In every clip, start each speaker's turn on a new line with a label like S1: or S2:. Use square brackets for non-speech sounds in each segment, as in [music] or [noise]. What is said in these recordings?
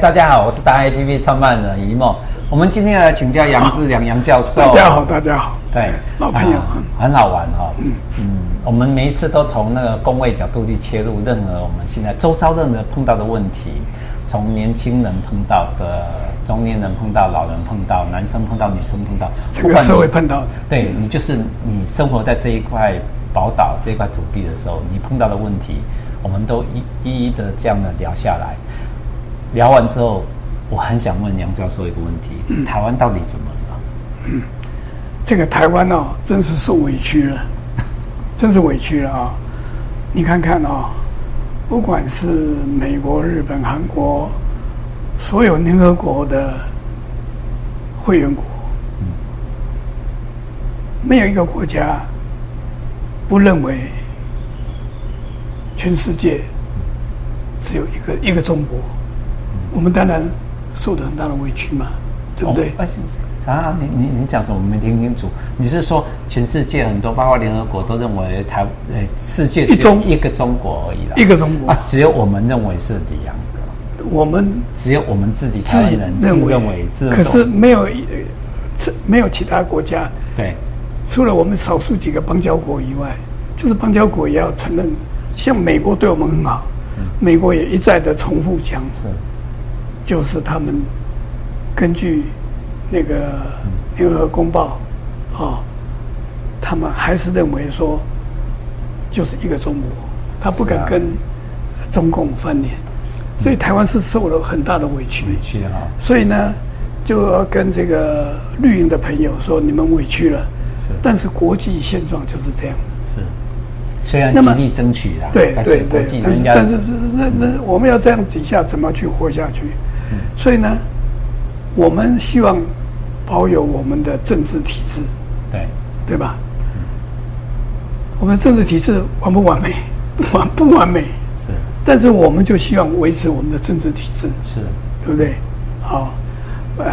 S1: 大家好，我是达 A P P 创办人一梦。我们今天来请教杨志良杨教授。
S2: 大家好，大家好，
S1: 对，
S2: 老朋友
S1: 啊很好玩哈、哦。嗯我们每一次都从那个工位角度去切入任何我们现在周遭任何碰到的问题，从年轻人碰到的，中年人碰到，老人碰到，男生碰到，女生碰到，
S2: 这
S1: 不
S2: 个
S1: 管
S2: 社
S1: 你
S2: 会碰到的，
S1: 对你就是你生活在这一块宝岛这块土地的时候，你碰到的问题，我们都一一一的这样的聊下来。聊完之后，我很想问杨教授一个问题：
S2: 嗯
S1: 台湾到底怎么了？
S2: 这个台湾哦，真是受委屈
S1: [laughs]
S2: 了，真是委屈了啊、你看看啊、不管是美国、日本、韩国，所有联合国的会员国，
S1: 嗯
S2: 没有一个国家不认为全世界只有一个一个中国。
S1: 嗯
S2: 我们当然受了很大的委屈嘛，对不对？
S1: 哦哎啊，你你你讲什么？我没听清楚。你是说全世界很多，包括联合国都认为台呃世界只
S2: 一
S1: 有
S2: 中
S1: 一个中国而已啦，
S2: 一个中国
S1: 啊，只有我们认为是里昂格，
S2: 我们
S1: 只有我们自己
S2: 自
S1: 台湾
S2: 己
S1: 人自
S2: 认为，
S1: 哎认为自认
S2: 可是没有一，呃这没有其他国家，
S1: 对
S2: 除了我们少数几个邦交国以外，就是邦交国也要承认，像美国对我们很好，美国也一再的重复强势。
S1: 是
S2: 就是他们根据那个联合公报啊、他们还是认为说就是一个中国，他不
S1: 是
S2: 敢
S1: 啊
S2: 跟中共翻脸，所以台湾是受了很大的委屈。
S1: 委屈哈、
S2: 所以呢，就要跟这个绿营的朋友说，你们委屈了。
S1: 是
S2: 但是国际现状就是这样，
S1: 是，虽然
S2: 那
S1: 极
S2: 么
S1: 力争取啦，
S2: 对
S1: 但
S2: 对
S1: 是国
S2: 对
S1: 际，
S2: 但是
S1: 人家
S2: 但是是那那我们要这样底下怎么去活下去？
S1: 嗯
S2: 所以呢，我们希望保有我们的政治体制，
S1: 对
S2: 对吧？我们的政治体制完不完美？ [laughs] 完不完美？
S1: 是
S2: 但是我们就希望维持我们的政治体制。
S1: 是
S2: 对不对？好，呃，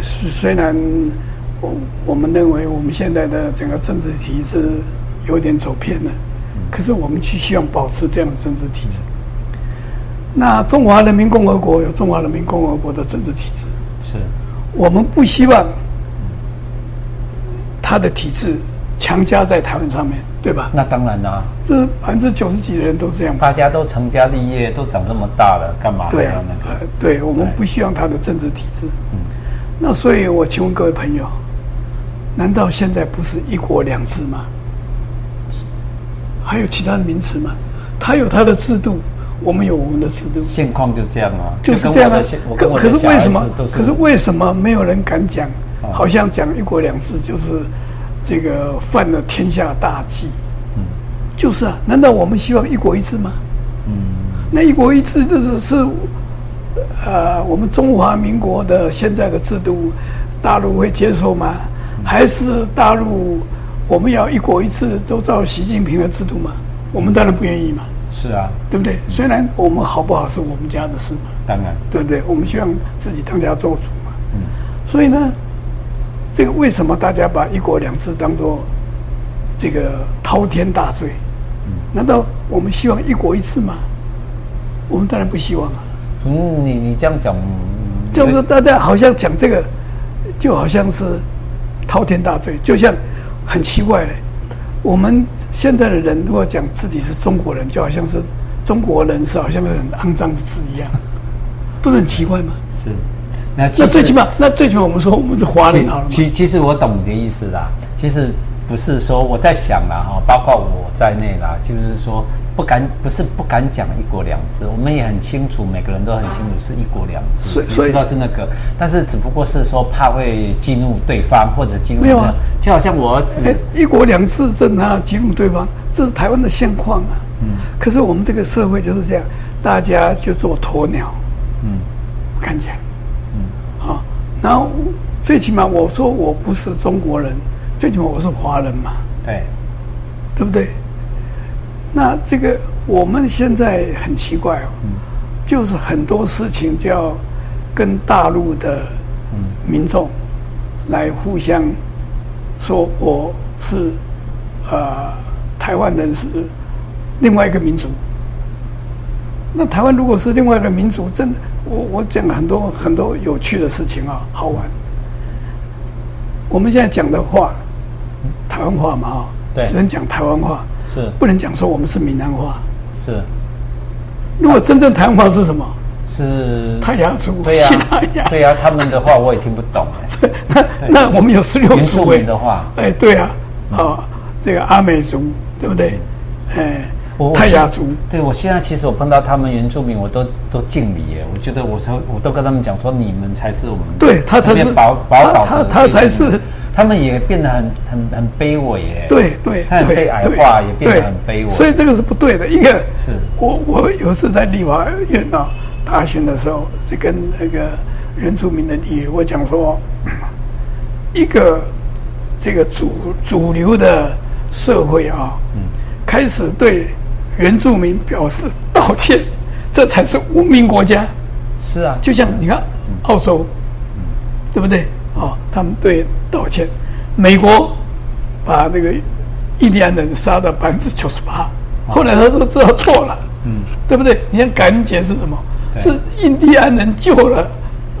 S2: 虽虽然我我们认为我们现在的整个政治体制有点走偏了，可是我们去希望保持这样的政治体制。那中华人民共和国有中华人民共和国的政治体制，
S1: 是
S2: 我们不希望它的体制强加在台湾上面，对吧？
S1: 那当然啦、
S2: 这百分之九十几的人都这样吧？
S1: 大家都成家立业，都长这么大了，干嘛还
S2: 对啊
S1: 要那，
S2: 呃
S1: 个？嗯
S2: 对我们不希望他的政治体制。那所以，我请问各位朋友，难道现在不是一国两制吗？还有其他的名词吗？他有他的制度，我们有我们的制度，
S1: 现况就这样啊，
S2: 就是
S1: 跟
S2: 这样
S1: 我
S2: 啊
S1: 的现。我
S2: 可
S1: 跟我
S2: 可
S1: 的
S2: 是
S1: 小
S2: 为
S1: 孩
S2: 什么
S1: 子都？是哦
S2: 可是为什么没有人敢讲？好像讲一国两制就是这个犯了天下大忌。
S1: 嗯
S2: 就是啊，难道我们希望一国一制吗？
S1: 嗯
S2: 那一国一制就是是，呃，我们中华民国的现在的制度，大陆会接受吗？
S1: 嗯
S2: 还是大陆我们要一国一制，都照习近平的制度吗？我们当然不愿意嘛，
S1: 是啊，
S2: 对不对？虽然我们好不好是我们家的事嘛，
S1: 当然
S2: 对不对？我们希望自己当家做主嘛。所以呢，这个为什么大家把一国两制当做这个滔天大罪？难道我们希望一国一制吗？我们当然不希望啊。
S1: 嗯，你你这样讲，嗯
S2: 就是说大家好像讲这个，就好像是滔天大罪，就像很奇怪嘞。我们现在的人如果讲自己是中国人，就好像是中国人是好像很肮脏的字一样，不是很奇怪吗？
S1: 是那其
S2: 那
S1: 实
S2: 最起码，那最起码我们说我们是华人好了嘛。
S1: 其其其实我懂你的意思啦，其实不是说我在想啦哈，包括我在内啦，就是说不敢不是不敢讲一国两制，我们也很清楚，每个人都很清楚是一国两
S2: 所
S1: 制
S2: 以，
S1: 你
S2: 所以
S1: 知道是那个，但是只不过是说怕会激怒对方或者激怒
S2: 没有啊
S1: 那就好像我儿子
S2: 哎一国两制政啊，激怒对方，这是台湾的现况啊。
S1: 嗯
S2: 可是我们这个社会就是这样，大家就做鸵鸟。嗯，看起来。嗯，好、然后最起码我说我不是中国人，最起码我是华人嘛，
S1: 对
S2: 对不对？那这个我们现在很奇怪哦，就是很多事情就要跟大陆的民众来互相说我是呃台湾人是另外一个民族。那台湾如果是另外一个民族，真的我我讲了很多很多有趣的事情啊，好玩。我们现在讲的话，台湾话嘛啊、
S1: 对
S2: 只能讲台湾话，
S1: 是
S2: 不能讲说我们是闽南话。
S1: 是
S2: 如果真正台湾话是什么？
S1: 是，
S2: 泰雅族、
S1: 嗯对呀啊
S2: 西拉雅，
S1: 对呀、他们的话我也听不懂哎、
S2: [laughs] 那我们有十六
S1: 原住
S2: 族哎
S1: 民，的嗯话，
S2: 哎，对啊，啊，这个阿美族对不对？哎
S1: 嗯我，我
S2: 泰雅族
S1: 对我现在其实我碰到他们原住民，我都都敬礼耶。我觉得我说我都跟他们讲说，你们才是我们
S2: 对他才是
S1: 这边宝宝岛
S2: 他
S1: 的
S2: 他他才是
S1: 原住民，他们也变得很很很卑微耶。
S2: 对对，
S1: 他很
S2: 对
S1: 被矮
S2: 对
S1: 化也变得
S2: 对
S1: 很卑微
S2: 所以这个是不对的。一个
S1: 是
S2: 我我有一次在立法院啊大选的时候，是跟那个原住民的议员我讲说，一个这个主主流的社会啊，开始对原住民表示道歉，这才是文明国家。
S1: 是啊，
S2: 就像你看澳洲，
S1: 嗯
S2: 对不对？哦，他们对道歉，美国把这个印第安人杀了百分之九十八，
S1: 哦
S2: 后来他都知道错了，嗯，对不对？你看感恩节是什么？
S1: 对
S2: 是印第安人救了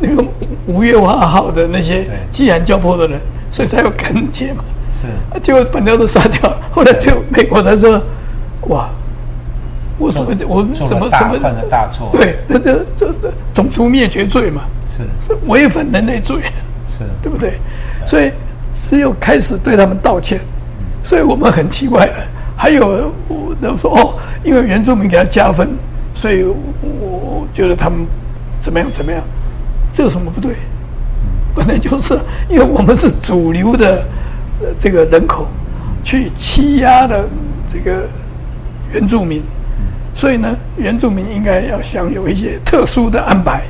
S2: 那个五月花号的那些
S1: 对
S2: 饥寒交迫的人，所以才有感恩节嘛。
S1: 是
S2: 啊结果把人家都杀掉了，后来就美国才说，哇，我怎么我
S1: 做
S2: 怎么
S1: 了
S2: 怎
S1: 大
S2: 么
S1: 犯了大错，
S2: 对，这这这这种族灭绝罪嘛，
S1: 是
S2: 是违反人类罪，
S1: 是
S2: 对不对？所以只有开始对他们道歉，所以我们很奇怪了。还有我我说哦，因为原住民给他加分，所以我我觉得他们怎么样怎么样，这有什么不对？本来就是因为我们是主流的、呃、这个人口，去欺压了这个原住民，所以呢，原住民应该要享有一些特殊的安排。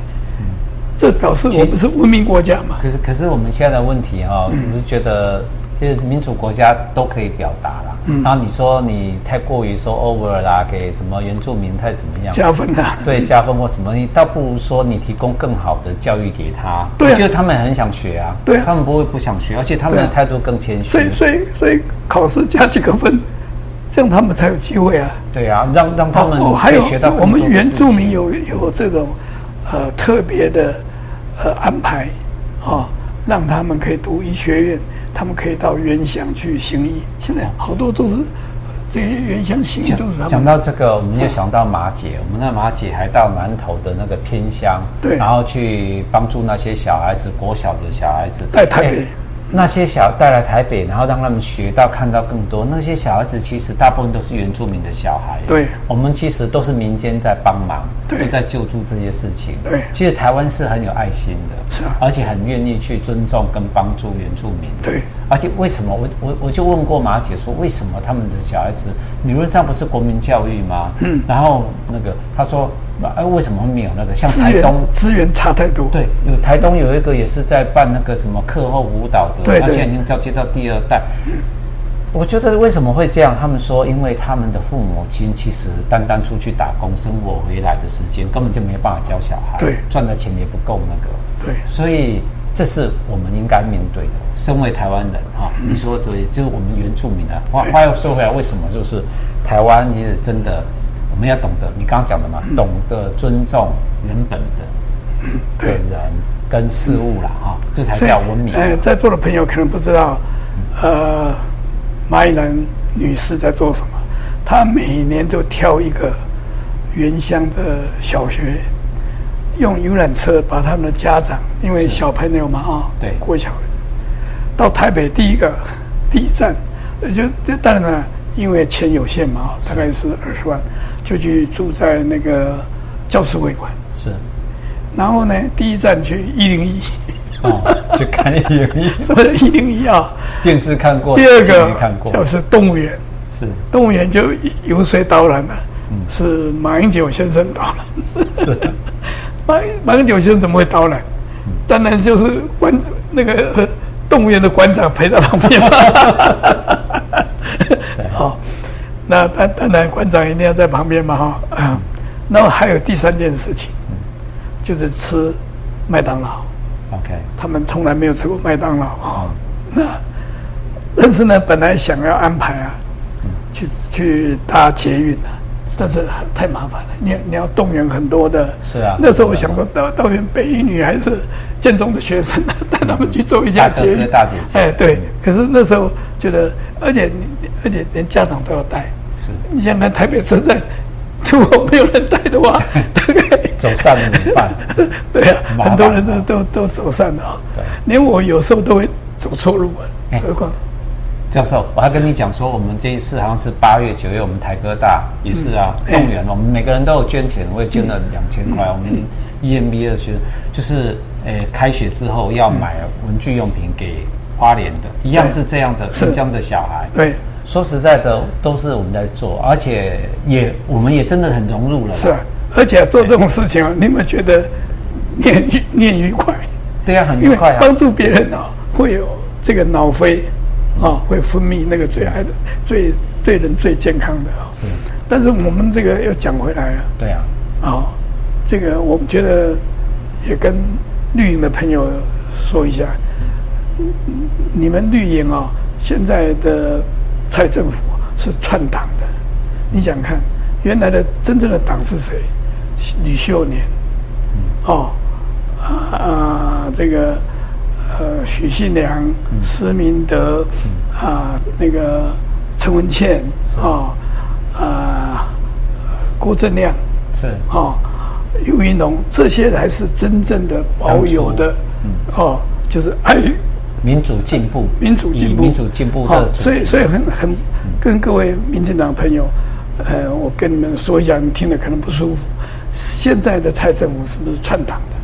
S2: 这表示我们是文明国家嘛？
S1: 可是可是我们现在的问题哈、
S2: 嗯
S1: 我是觉得其实民主国家都可以表达啦。
S2: 嗯
S1: 然后你说你太过于说 over 啦，给什么原住民太怎么样？
S2: 加分啊呐、
S1: 对加分或什么，你倒不如说你提供更好的教育给他。
S2: 对啊
S1: 我觉得他们很想学啊，
S2: 对啊
S1: 他们不会不想学，而且他们
S2: 对啊
S1: 的态度更谦虚
S2: 所。以所以所以考试加几个分，这样他们才有机会啊。
S1: 对啊，让让他们
S2: 哦，还
S1: 可以
S2: 有
S1: 学到更
S2: 我
S1: 多的
S2: 们原住
S1: 事
S2: 民
S1: 情
S2: 有有这种呃特别的呃安排啊、哦，让他们可以读医学院，他们可以到原乡去行医。现在好多都是这些原乡行医
S1: 讲
S2: 都是他
S1: 讲
S2: 们
S1: 到这个，我们就想到马姐，我们那马姐还到南投的那个偏乡，
S2: 对
S1: 然后去帮助那些小孩子，国小的小孩子
S2: 带台北
S1: 哎那些小带来台北，然后让他们学到、看到更多。那些小孩子其实大部分都是原住民的小孩，
S2: 对
S1: 我们其实都是民间在帮忙，
S2: 对
S1: 都在救助这些事情。
S2: 对
S1: 其实台湾是很有爱心的，
S2: 是啊
S1: 而且很愿意去尊重跟帮助原住民。
S2: 对
S1: 而且为什么我我我就问过马姐说，为什么他们的小孩子理论上不是国民教育吗？嗯，然后那个她说，哎，为什么没有那个像
S2: 资
S1: 台
S2: 源
S1: 东？
S2: 资源差太多。
S1: 对，有台东有一个也是在办那个什么课后舞蹈的，
S2: 对
S1: 他
S2: 对
S1: 现在已经交接到第二代。我觉得为什么会这样？他们说，因为他们的父母亲其实单单出去打工生活回来的时间，根本就没有办法教小孩，
S2: 对
S1: 赚的钱也不够那个。
S2: 对
S1: 所以这是我们应该面对的。身为台湾人哈、你说所以就是我们原住民啊。话话又说回来，为什么就是台湾也真的我们要懂得你刚刚讲的
S2: 嗯
S1: 嘛，懂得尊重原本的的
S2: 对
S1: 人跟事物啦哈、这才
S2: 所以
S1: 叫文明。
S2: 呃，在座的朋友可能不知道，呃，马以兰女士在做什么？她每年都挑一个原乡的小学，用游览车把他们的家长，因为小朋友嘛啊、
S1: 对
S2: 国小，到台北第一个第一站，呃就当然了，因为钱有限嘛啊、大概是二十万，就去住在那个教师会馆，
S1: 是
S2: 然后呢，第一站去一零一，
S1: 哦，就看你
S2: 什么一零一啊？
S1: 电视看过，
S2: 第二
S1: 电视没看
S2: 个
S1: 过，
S2: 就是动物园，
S1: 是
S2: 动物园就由谁导览呢？
S1: 嗯
S2: 是马英九先生导览。
S1: 是
S2: 马马英九先生怎么会导览？
S1: 嗯
S2: 当然就是馆那个呃动物园的馆长陪在旁
S1: [laughs]
S2: 边嘛。好，那当当然馆长一定要在旁边嘛哈、啊，然后还有第三件事情，
S1: 嗯
S2: 就是吃麦当劳。
S1: OK 哦
S2: 他们从来没有吃过麦当劳啊、那但是呢，本来想要安排啊，去去搭捷运啊，但是很太麻烦了，你你要动员很多的。
S1: 是啊
S2: 那时候我想说，到到底北一女还是建中的学生，啊
S1: [laughs]
S2: 带他们去做一下
S1: 大哥
S2: 绝
S1: 哥
S2: 育。
S1: 大姐姐嗯
S2: 哎，对。可是那时候觉得，而且你而且连家长都要带。
S1: 是
S2: 你想看台北车站，如果没有人带的话，大概
S1: 走散了怎么办？
S2: 对啊，
S1: 麻烦
S2: 很多人都都都走散了啊、
S1: 对
S2: 连我有时候都会走错路啊，
S1: 哎
S2: 何况
S1: 教授，我还跟你讲说，我们这一次好像是八月、九月，我们台科大也是啊，
S2: 嗯
S1: 动员，我们每个人都有捐钱，我也捐了两千块。我们 EMBA 的学生就是，呃，开学之后要买文具用品给花莲的，一样是这样的，
S2: 是
S1: 新疆的小孩。
S2: 对
S1: 说实在的，都是我们在做，而且也我们也真的很融入了啦。
S2: 是啊，而且做这种事情啊，你有没有觉得你很愉你很愉快？
S1: 对啊，很
S2: 因
S1: 愉
S2: 为
S1: 快啊。
S2: 帮助别人啊，会有这个脑啡啊，会分泌那个最爱的、最对人最健康的啊。
S1: 是，
S2: 但是我们这个要讲回来啊，
S1: 对啊，
S2: 啊，这个我们觉得也跟绿营的朋友说一下，嗯你们绿营啊，现在的蔡政府是篡党的。你想看，原来的真正的党是谁？吕秀莲，哦，啊、啊这个呃，许信良、施明德，啊、那个陈文茜，哦，啊、郭正亮，
S1: 是
S2: 哦，尤一农这些才是真正的保有的，
S1: 嗯
S2: 哦，就是爱与
S1: 民主进步，
S2: 民主进步，
S1: 以民主进步
S2: 好
S1: 的，主嗯
S2: 所以所以很很跟各位民进党朋友，呃，我跟你们说一下，你听了可能不舒服。现在的蔡政府是不是篡党的？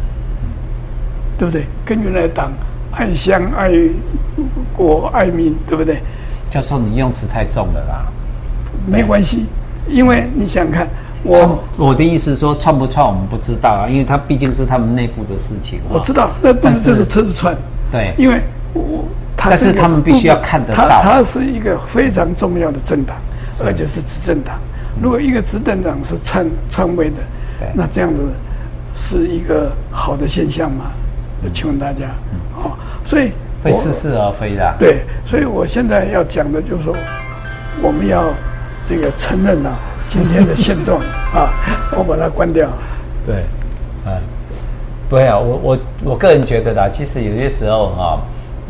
S2: 对不对？跟原来的党爱乡爱国爱民，对不对？
S1: 教授，你用词太重了啦。
S2: 没关系，因为你想看我。
S1: 我我的意思说，串不串我们不知道啊，因为它毕竟是他们内部的事情啊。
S2: 我知道，那不
S1: 但
S2: 是
S1: 是
S2: 这是车子串，
S1: 对
S2: 因为我他
S1: 但是他们必须要看得到
S2: 他他是一个非常重要的政党，而且是执政党。如果一个执政党是篡篡位的
S1: 对，
S2: 那这样子是一个好的现象吗？请问大家，哦，所以
S1: 嗯会
S2: 我
S1: 似是而非的啊。
S2: 对，所以我现在要讲的就是说，我们要这个承认啊，今天的现
S1: [laughs]
S2: 状啊，我把它关掉。
S1: 对，嗯，不会啊，我我我个人觉得啦，其实有些时候哈、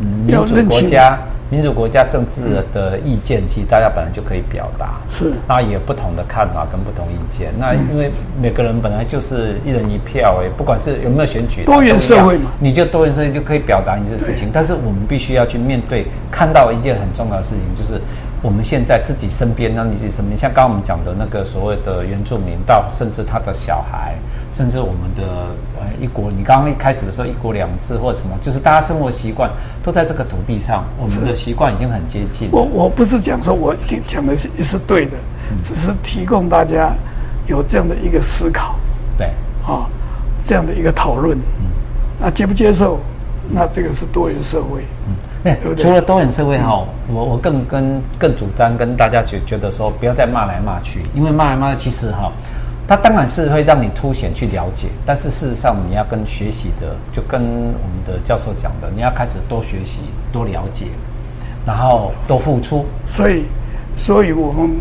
S1: 嗯民
S2: 要
S1: 主
S2: 认
S1: 国
S2: 清
S1: 家、民主国家政治的意见，其实大家本来就可以表达。
S2: 是
S1: 那也有不同的看法跟不同意见。那
S2: 嗯
S1: 因为每个人本来就是一人一票，哎，不管是有没有选举，
S2: 多元
S1: 都一样
S2: 社会嘛
S1: 你就多元社会就可以表达你的事情。但是我们必须要去面对，看到一件很重要的事情，就是我们现在自己身边，那你自己身边，像刚刚我们讲的那个所谓的原住民，到甚至他的小孩，甚至我们的呃一国，你刚刚一开始的时候一国两制或者什么，就是大家生活习惯都在这个土地上，我们的习惯已经很接近。
S2: 我我不是讲说我一定讲的是是对的，只是提供大家有这样的一个思考
S1: 对，
S2: 啊、这样的一个讨论。那接不接受？那这个是多元社会。
S1: 那
S2: 对不对
S1: 哎除了多元社会哈，我我更跟更主张跟大家觉觉得说，不要再骂来骂去，因为骂来骂去其实哈，它当然是会让你凸显去了解，但是事实上你要跟学习的，就跟我们的教授讲的，你要开始多学习、多了解，然后多付出。
S2: 所以，所以我们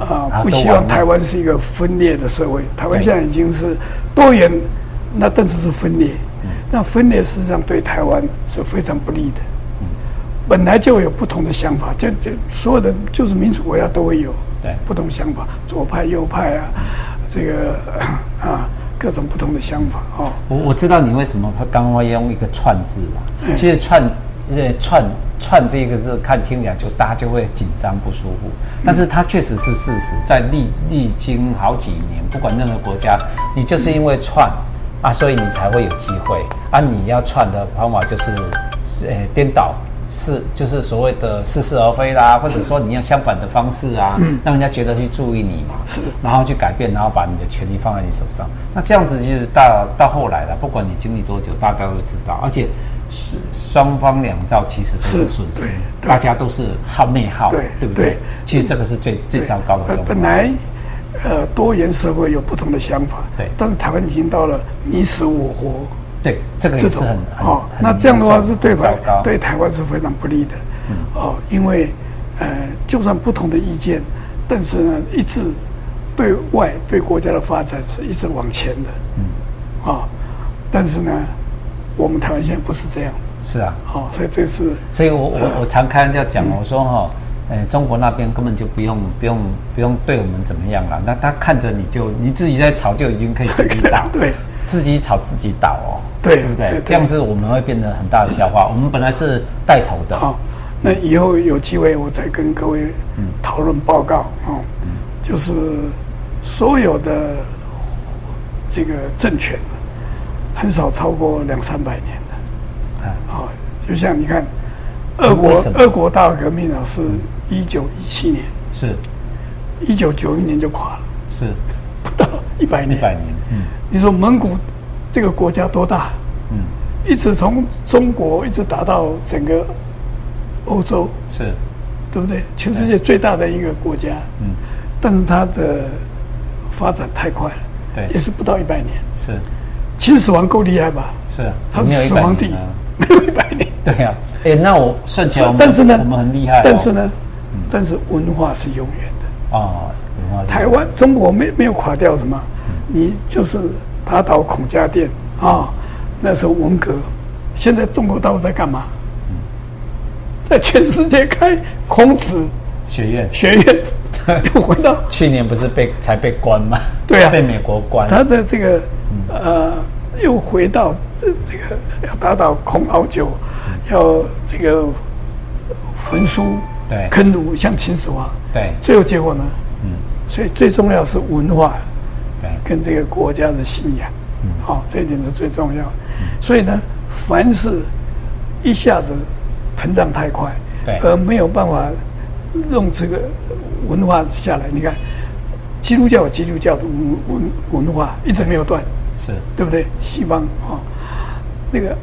S2: 啊、
S1: 啊
S2: 不
S1: 都
S2: 希
S1: 完
S2: 望
S1: 了
S2: 台湾是一个分裂的社会。台湾
S1: 对
S2: 现在已经是多元，那但是是分裂。那分裂事实上对台湾是非常不利的。本来就有不同的想法，就就所有的就是民主国家都会有
S1: 对
S2: 不同想法，左派右派啊，这个 [coughs] 啊各种不同的想法哦。
S1: 我我知道你为什么会刚刚会用一个“串”字啦，其实“串”呃“串”“串”这一个字看听起来就大家就会紧张不舒服，但是它确实是事实，在历历经好几年，不管任何国家，你就是因为串啊，所以你才会有机会啊。你要串的方法就是，呃，颠倒。是，就是所谓的似是而非啦，或者说你要相反的方式啊，让人家觉得去注意你嘛。
S2: 嗯是
S1: 然后去改变，然后把你的权利放在你手上。那这样子就是到到后来了，不管你经历多久，大家都知道，而且是双方两造其实都是
S2: 是
S1: 损失
S2: 对，对
S1: 大家都是耗内耗，
S2: 对
S1: 对不对？
S2: 对呃
S1: 其实这个是最最糟糕的
S2: 本
S1: 状
S2: 本
S1: 况。
S2: 来，呃，多元社会有不同的想法，
S1: 对
S2: 但是台湾已经到了你死我活
S1: 对，这个
S2: 这
S1: 也是
S2: 种
S1: 很很
S2: 哦，
S1: 很
S2: 那这样的话是对
S1: 很糟
S2: 台
S1: 糕，嗯
S2: 对台湾是非常不利的，哦，因为呃，就算不同的意见，但是呢，一致对外对国家的发展是一直往前的，嗯，啊，但是呢，我们台湾现在不是这样子，
S1: 是啊，
S2: 哦，所以这是，
S1: 所以我我我常开玩笑讲，我说哈、呃，中国那边根本就不用不用不用对我们怎么样了，那他看着你就你自己在吵就已经可以自己打
S2: [laughs] 对
S1: 自己吵自己倒哦，
S2: 对
S1: 对不
S2: 对
S1: 对
S2: 对？
S1: 这样子我们会变得很大的笑话。我们本来是带头的，
S2: 好，那以后有机会我再跟各位
S1: 嗯
S2: 讨论报告哦，就是所有的这个政权很少超过两三百年的
S1: 啊，
S2: 哦，就像你看，俄国
S1: 为什么
S2: 俄国大革命啊是一九一七年，
S1: 是
S2: 一九九一年就垮了，
S1: 是
S2: 不到一百
S1: 一
S2: 年。
S1: 百年，嗯
S2: 你说蒙古这个国家多大？
S1: 嗯，
S2: 一直从中国一直打到整个欧洲，
S1: 是
S2: 对不对？全世界最大的一个国家，
S1: 嗯，
S2: 但是它的发展太快了，
S1: 对
S2: 也是不到一百年。
S1: 是
S2: 秦始皇够厉害吧？
S1: 是，
S2: 他
S1: 没有
S2: 是
S1: 一
S2: 始
S1: 百
S2: 皇帝
S1: 年啊，
S2: 没有一百年。
S1: [laughs] 对啊，哎，那我算起来我们
S2: 但是呢，
S1: 我们很厉害哦，
S2: 但是呢，但是文化是永远的。
S1: 啊，文化是
S2: 台湾、中国没没有垮掉什么？你就是打倒孔家店啊，那时候文革，现在中国大陆在干嘛？在全世界开孔子
S1: 学院，
S2: 学
S1: [laughs]
S2: 院，又回到
S1: 去年不是被才被关吗？
S2: 对啊
S1: 被美嗯国关，
S2: 他的这个呃，又回到这这个要打倒孔老九，
S1: 嗯
S2: 要这个焚书
S1: 对
S2: 坑儒，像秦始皇，
S1: 对
S2: 最后结果呢？嗯，所以最重要是文化
S1: 对
S2: 跟这个国家的信仰，
S1: 嗯
S2: 好、这一点是最重要的。所以呢，凡是一下子膨胀太快，
S1: 对
S2: 而没有办法弄这个文化下来，你看。基督教有基督教的文文文化一直没有断，
S1: 是
S2: 对不对？西方啊、哦，那个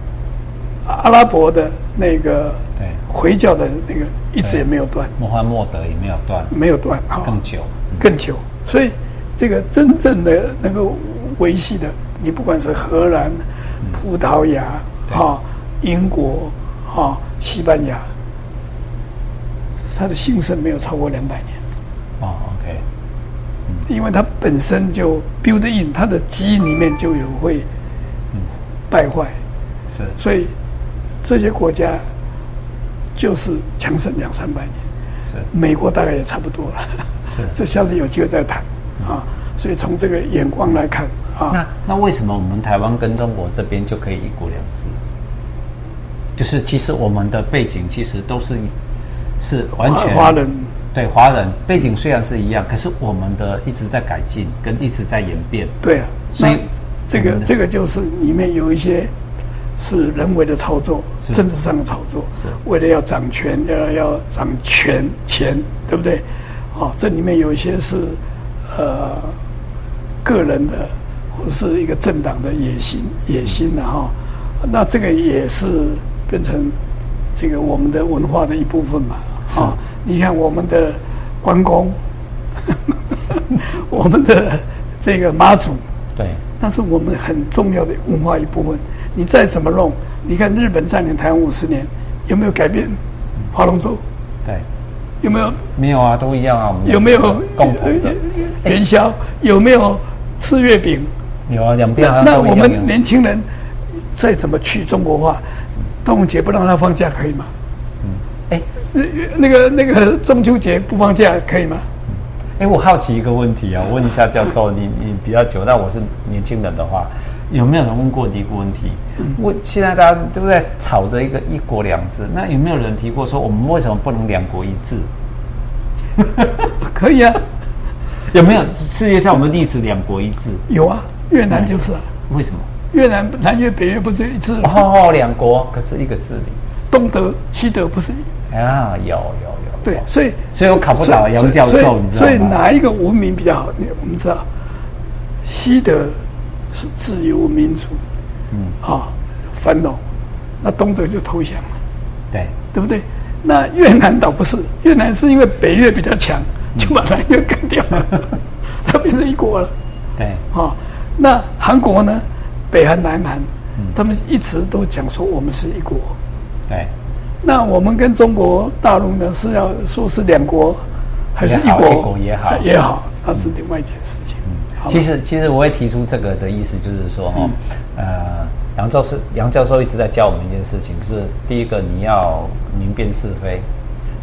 S2: 阿拉伯的那个
S1: 对，
S2: 回教的那个一直也没有断，
S1: 穆罕默德也没有断
S2: 没有断啊、
S1: 更久，
S2: 更久。所以这个真正的能够维系的，你不管是荷兰、葡萄牙啊、
S1: 对
S2: 英国啊、西班牙，它的兴盛没有超过两百年。
S1: 哦，OK，
S2: 因为它本身就 build in，它的基因里面就有会败坏，
S1: 是
S2: 所以这些国家就是强盛两三百年。
S1: 是
S2: 美国大概也差不多了，
S1: 是。
S2: 这下次有机会再谈啊。所以从这个眼光来看啊，
S1: 那那为什么我们台湾跟中国这边就可以一国两制？就是其实我们的背景其实都是是完全
S2: 华人
S1: 对华人背景虽然是一样，可是我们的一直在改进跟一直在演变，
S2: 对啊，
S1: 所以
S2: 那这个
S1: 嗯
S2: 这个就是里面有一些是人为的操作，
S1: 是
S2: 政治上的操作，
S1: 是
S2: 为了要掌权，要要掌权钱，对不对？哦，这里面有一些是呃个人的或者是一个政党的野心野心的、哈、那这个也是变成这个我们的文化的一部分嘛。
S1: 是
S2: 哦，你看我们的关公， [laughs] 我们的这个妈祖，
S1: 对
S2: 那是我们很重要的文化一部分。你再怎么弄，你看日本占领台湾五十年，有没有改变划龙舟？
S1: 对，
S2: 有没有
S1: 没有啊，都一样啊，我们
S2: 有没有
S1: 共同的
S2: 呃？元宵？有没有吃月饼？
S1: 有啊，两边好
S2: 那
S1: 像
S2: 那
S1: 都一
S2: 我
S1: 样
S2: 们
S1: 啊。
S2: 年轻人再怎么去中国化，端午节不让他放假可以吗？
S1: 哎
S2: 那那个那个中秋节不放假可以吗？
S1: 哎，我好奇一个问题啊，我问一下教授，你你比较久，那我是年轻人的话，有没有人问过你一个问题？
S2: 嗯
S1: 我现在大家对不对吵着一个一国两制，那有没有人提过说我们为什么不能两国一制？
S2: 可以啊，
S1: 有没有世界上有没有例子两国一制？
S2: 有啊，越南就是啊，
S1: 为什么？
S2: 越南南越北越不是一致吗？
S1: 哦，两国可是一个治理
S2: 东德西德不是
S1: 啊，有有有，
S2: 对，所以
S1: 哦所以我考不倒
S2: 所以
S1: 杨教授
S2: 所以
S1: 你知道吗
S2: 所以哪一个文明比较好？你我们知道，西德是自由民主，嗯，啊，繁荣，那东德就投降了，
S1: 对
S2: 对不对？那越南倒不是，越南是因为北越比较强，就把南越干掉
S1: [laughs]
S2: 了，它变成一国了。
S1: 对
S2: 啊、那韩国呢？北韩、南韩，
S1: 嗯
S2: 他们一直都讲说我们是一国。
S1: 对，
S2: 那我们跟中国大陆呢是要说是两国，还是一
S1: 也好
S2: 国？
S1: 一国也好嗯
S2: 也好，那是另外一件事情。好
S1: 其实，其实我也提出这个的意思，就是说哈、呃，杨教授杨教授一直在教我们一件事情，就是第一个你要明辨是非，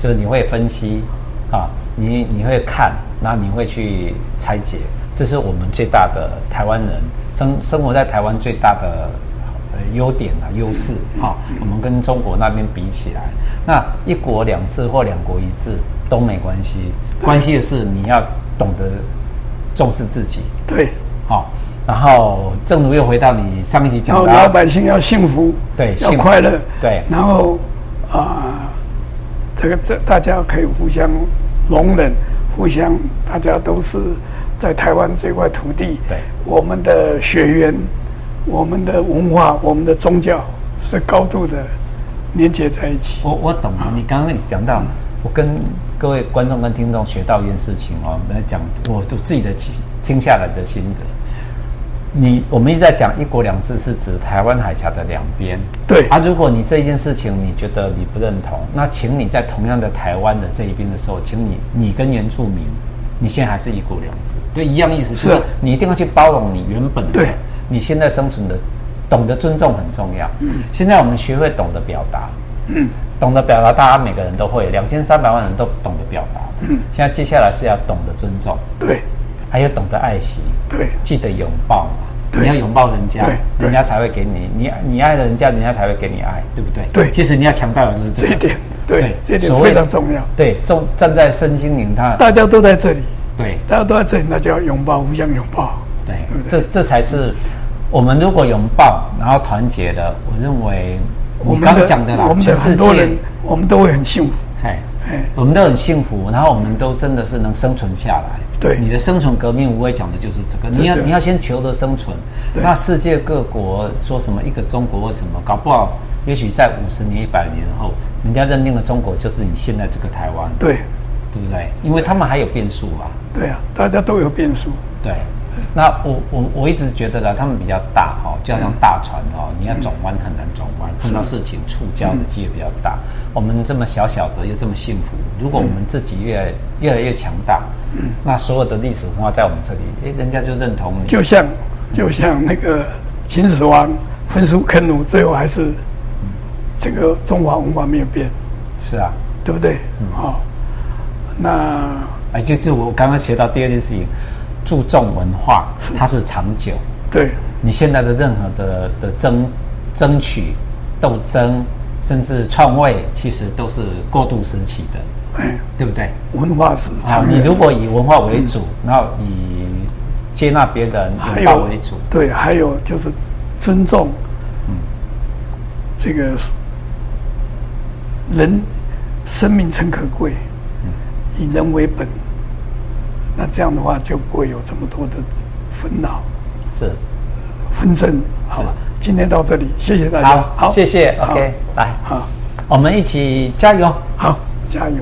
S1: 就是你会分析啊，你你会看，然后你会去拆解，这是我们最大的台湾人生生活在台湾最大的呃优点啊优势啊。我们跟中国那边比起来，那一国两制或两国一制都没关系，关系的是你要懂得重视自己。
S2: 对，
S1: 好、然后正如又回到你上一集
S2: 然
S1: 讲
S2: 后
S1: 的
S2: 老
S1: 啊，
S2: 百姓要幸福，
S1: 对
S2: 哦要
S1: 幸福
S2: 快乐，
S1: 对
S2: 然后啊、这个这大家可以互相容忍，互相大家都是在台湾这块土地，
S1: 对
S2: 我们的血缘、我们的文化、我们的宗教是高度的连接在一起。
S1: 我我懂了。你刚刚讲到，我跟各位观众跟听众学到一件事情哦，来讲我就自己的其听下来的心得。你我们一直在讲“一国两制”是指台湾海峡的两边，
S2: 对
S1: 啊，如果你这一件事情你觉得你不认同，那请你在同样的台湾的这一边的时候，请你你跟原住民，你现在还是一国两制，对，一样意思，就是是你一定要去包容你原本的
S2: 对，
S1: 你现在生存的，懂得尊重很重要。现在我们学会懂得表达，懂得表达，大家每个人都会，两千三百万人都懂得表达。现在接下来是要懂得尊重，
S2: 对
S1: 还有懂得爱惜。
S2: 对
S1: 记得拥抱嘛，
S2: 对
S1: 你要拥抱人家
S2: 对，对
S1: 人家才会给你，你你爱人家，人家才会给你爱，对不对？
S2: 对
S1: 其实你要强调的就是这
S2: 这
S1: 个
S2: 一点，对这一点
S1: 所谓
S2: 非常重要。
S1: 对，重站在身心灵他，
S2: 大家都在这里，
S1: 对
S2: 大家都在这里，那就要拥抱，互相拥抱。
S1: 对
S2: 对不，
S1: 这这才是我们如果拥抱，然后团结的，我认为
S2: 我
S1: 你
S2: 们
S1: 刚
S2: 的
S1: 讲的啦
S2: 我，们的
S1: 全世
S2: 很多
S1: 界
S2: 人，，我们都会很幸福。
S1: 哎，
S2: 哎，
S1: 我们都很幸福，然后我们都真的是能生存下来。
S2: 对
S1: 你的生存革命，我也讲的就是这个。你要
S2: 对
S1: 你要先求得生存。
S2: 对
S1: 那世界各国说什么一个中国或什么，搞不好也许在五十年、一百年后，人家认定了中国就是你现在这个台湾，
S2: 对
S1: 对不对？因为他们还有变数啊。
S2: 对啊，大家都有变数。
S1: 对，那我我我一直觉得呢，他们比较大哈、就好像大船哦，你要转弯很难转弯，碰到事情触礁的机会比较大。我们这么小小的又这么幸福，如果我们自己越越来越强大，那所有的历史文化在我们这里，诶，人家就认同你。
S2: 就像就像那个秦始皇焚书坑儒，最后还是这个中华文化没有变，
S1: 是啊，
S2: 对不对？好、那
S1: 哎，就是我刚刚学到第二件事情，注重文化，它是长久。
S2: 对
S1: 你现在的任何的的争争取、斗争，甚至篡位，其实都是过渡时期的，
S2: 哎，
S1: 对不对？
S2: 文化是
S1: 啊，嗯
S2: 长
S1: 你
S2: 远的
S1: 如果以文化为主，然后以接纳别人、
S2: 还
S1: 拥抱
S2: 有
S1: 为主，
S2: 对，还有就是尊重，嗯这个人生命诚可贵，嗯以人为本，那这样的话就不会有这么多的烦恼
S1: 是
S2: 纷争，好吧？今天到这里，谢谢大家，
S1: 哎好，谢谢，OK，来，
S2: 好，
S1: 我们一起加油。
S2: 好，加油。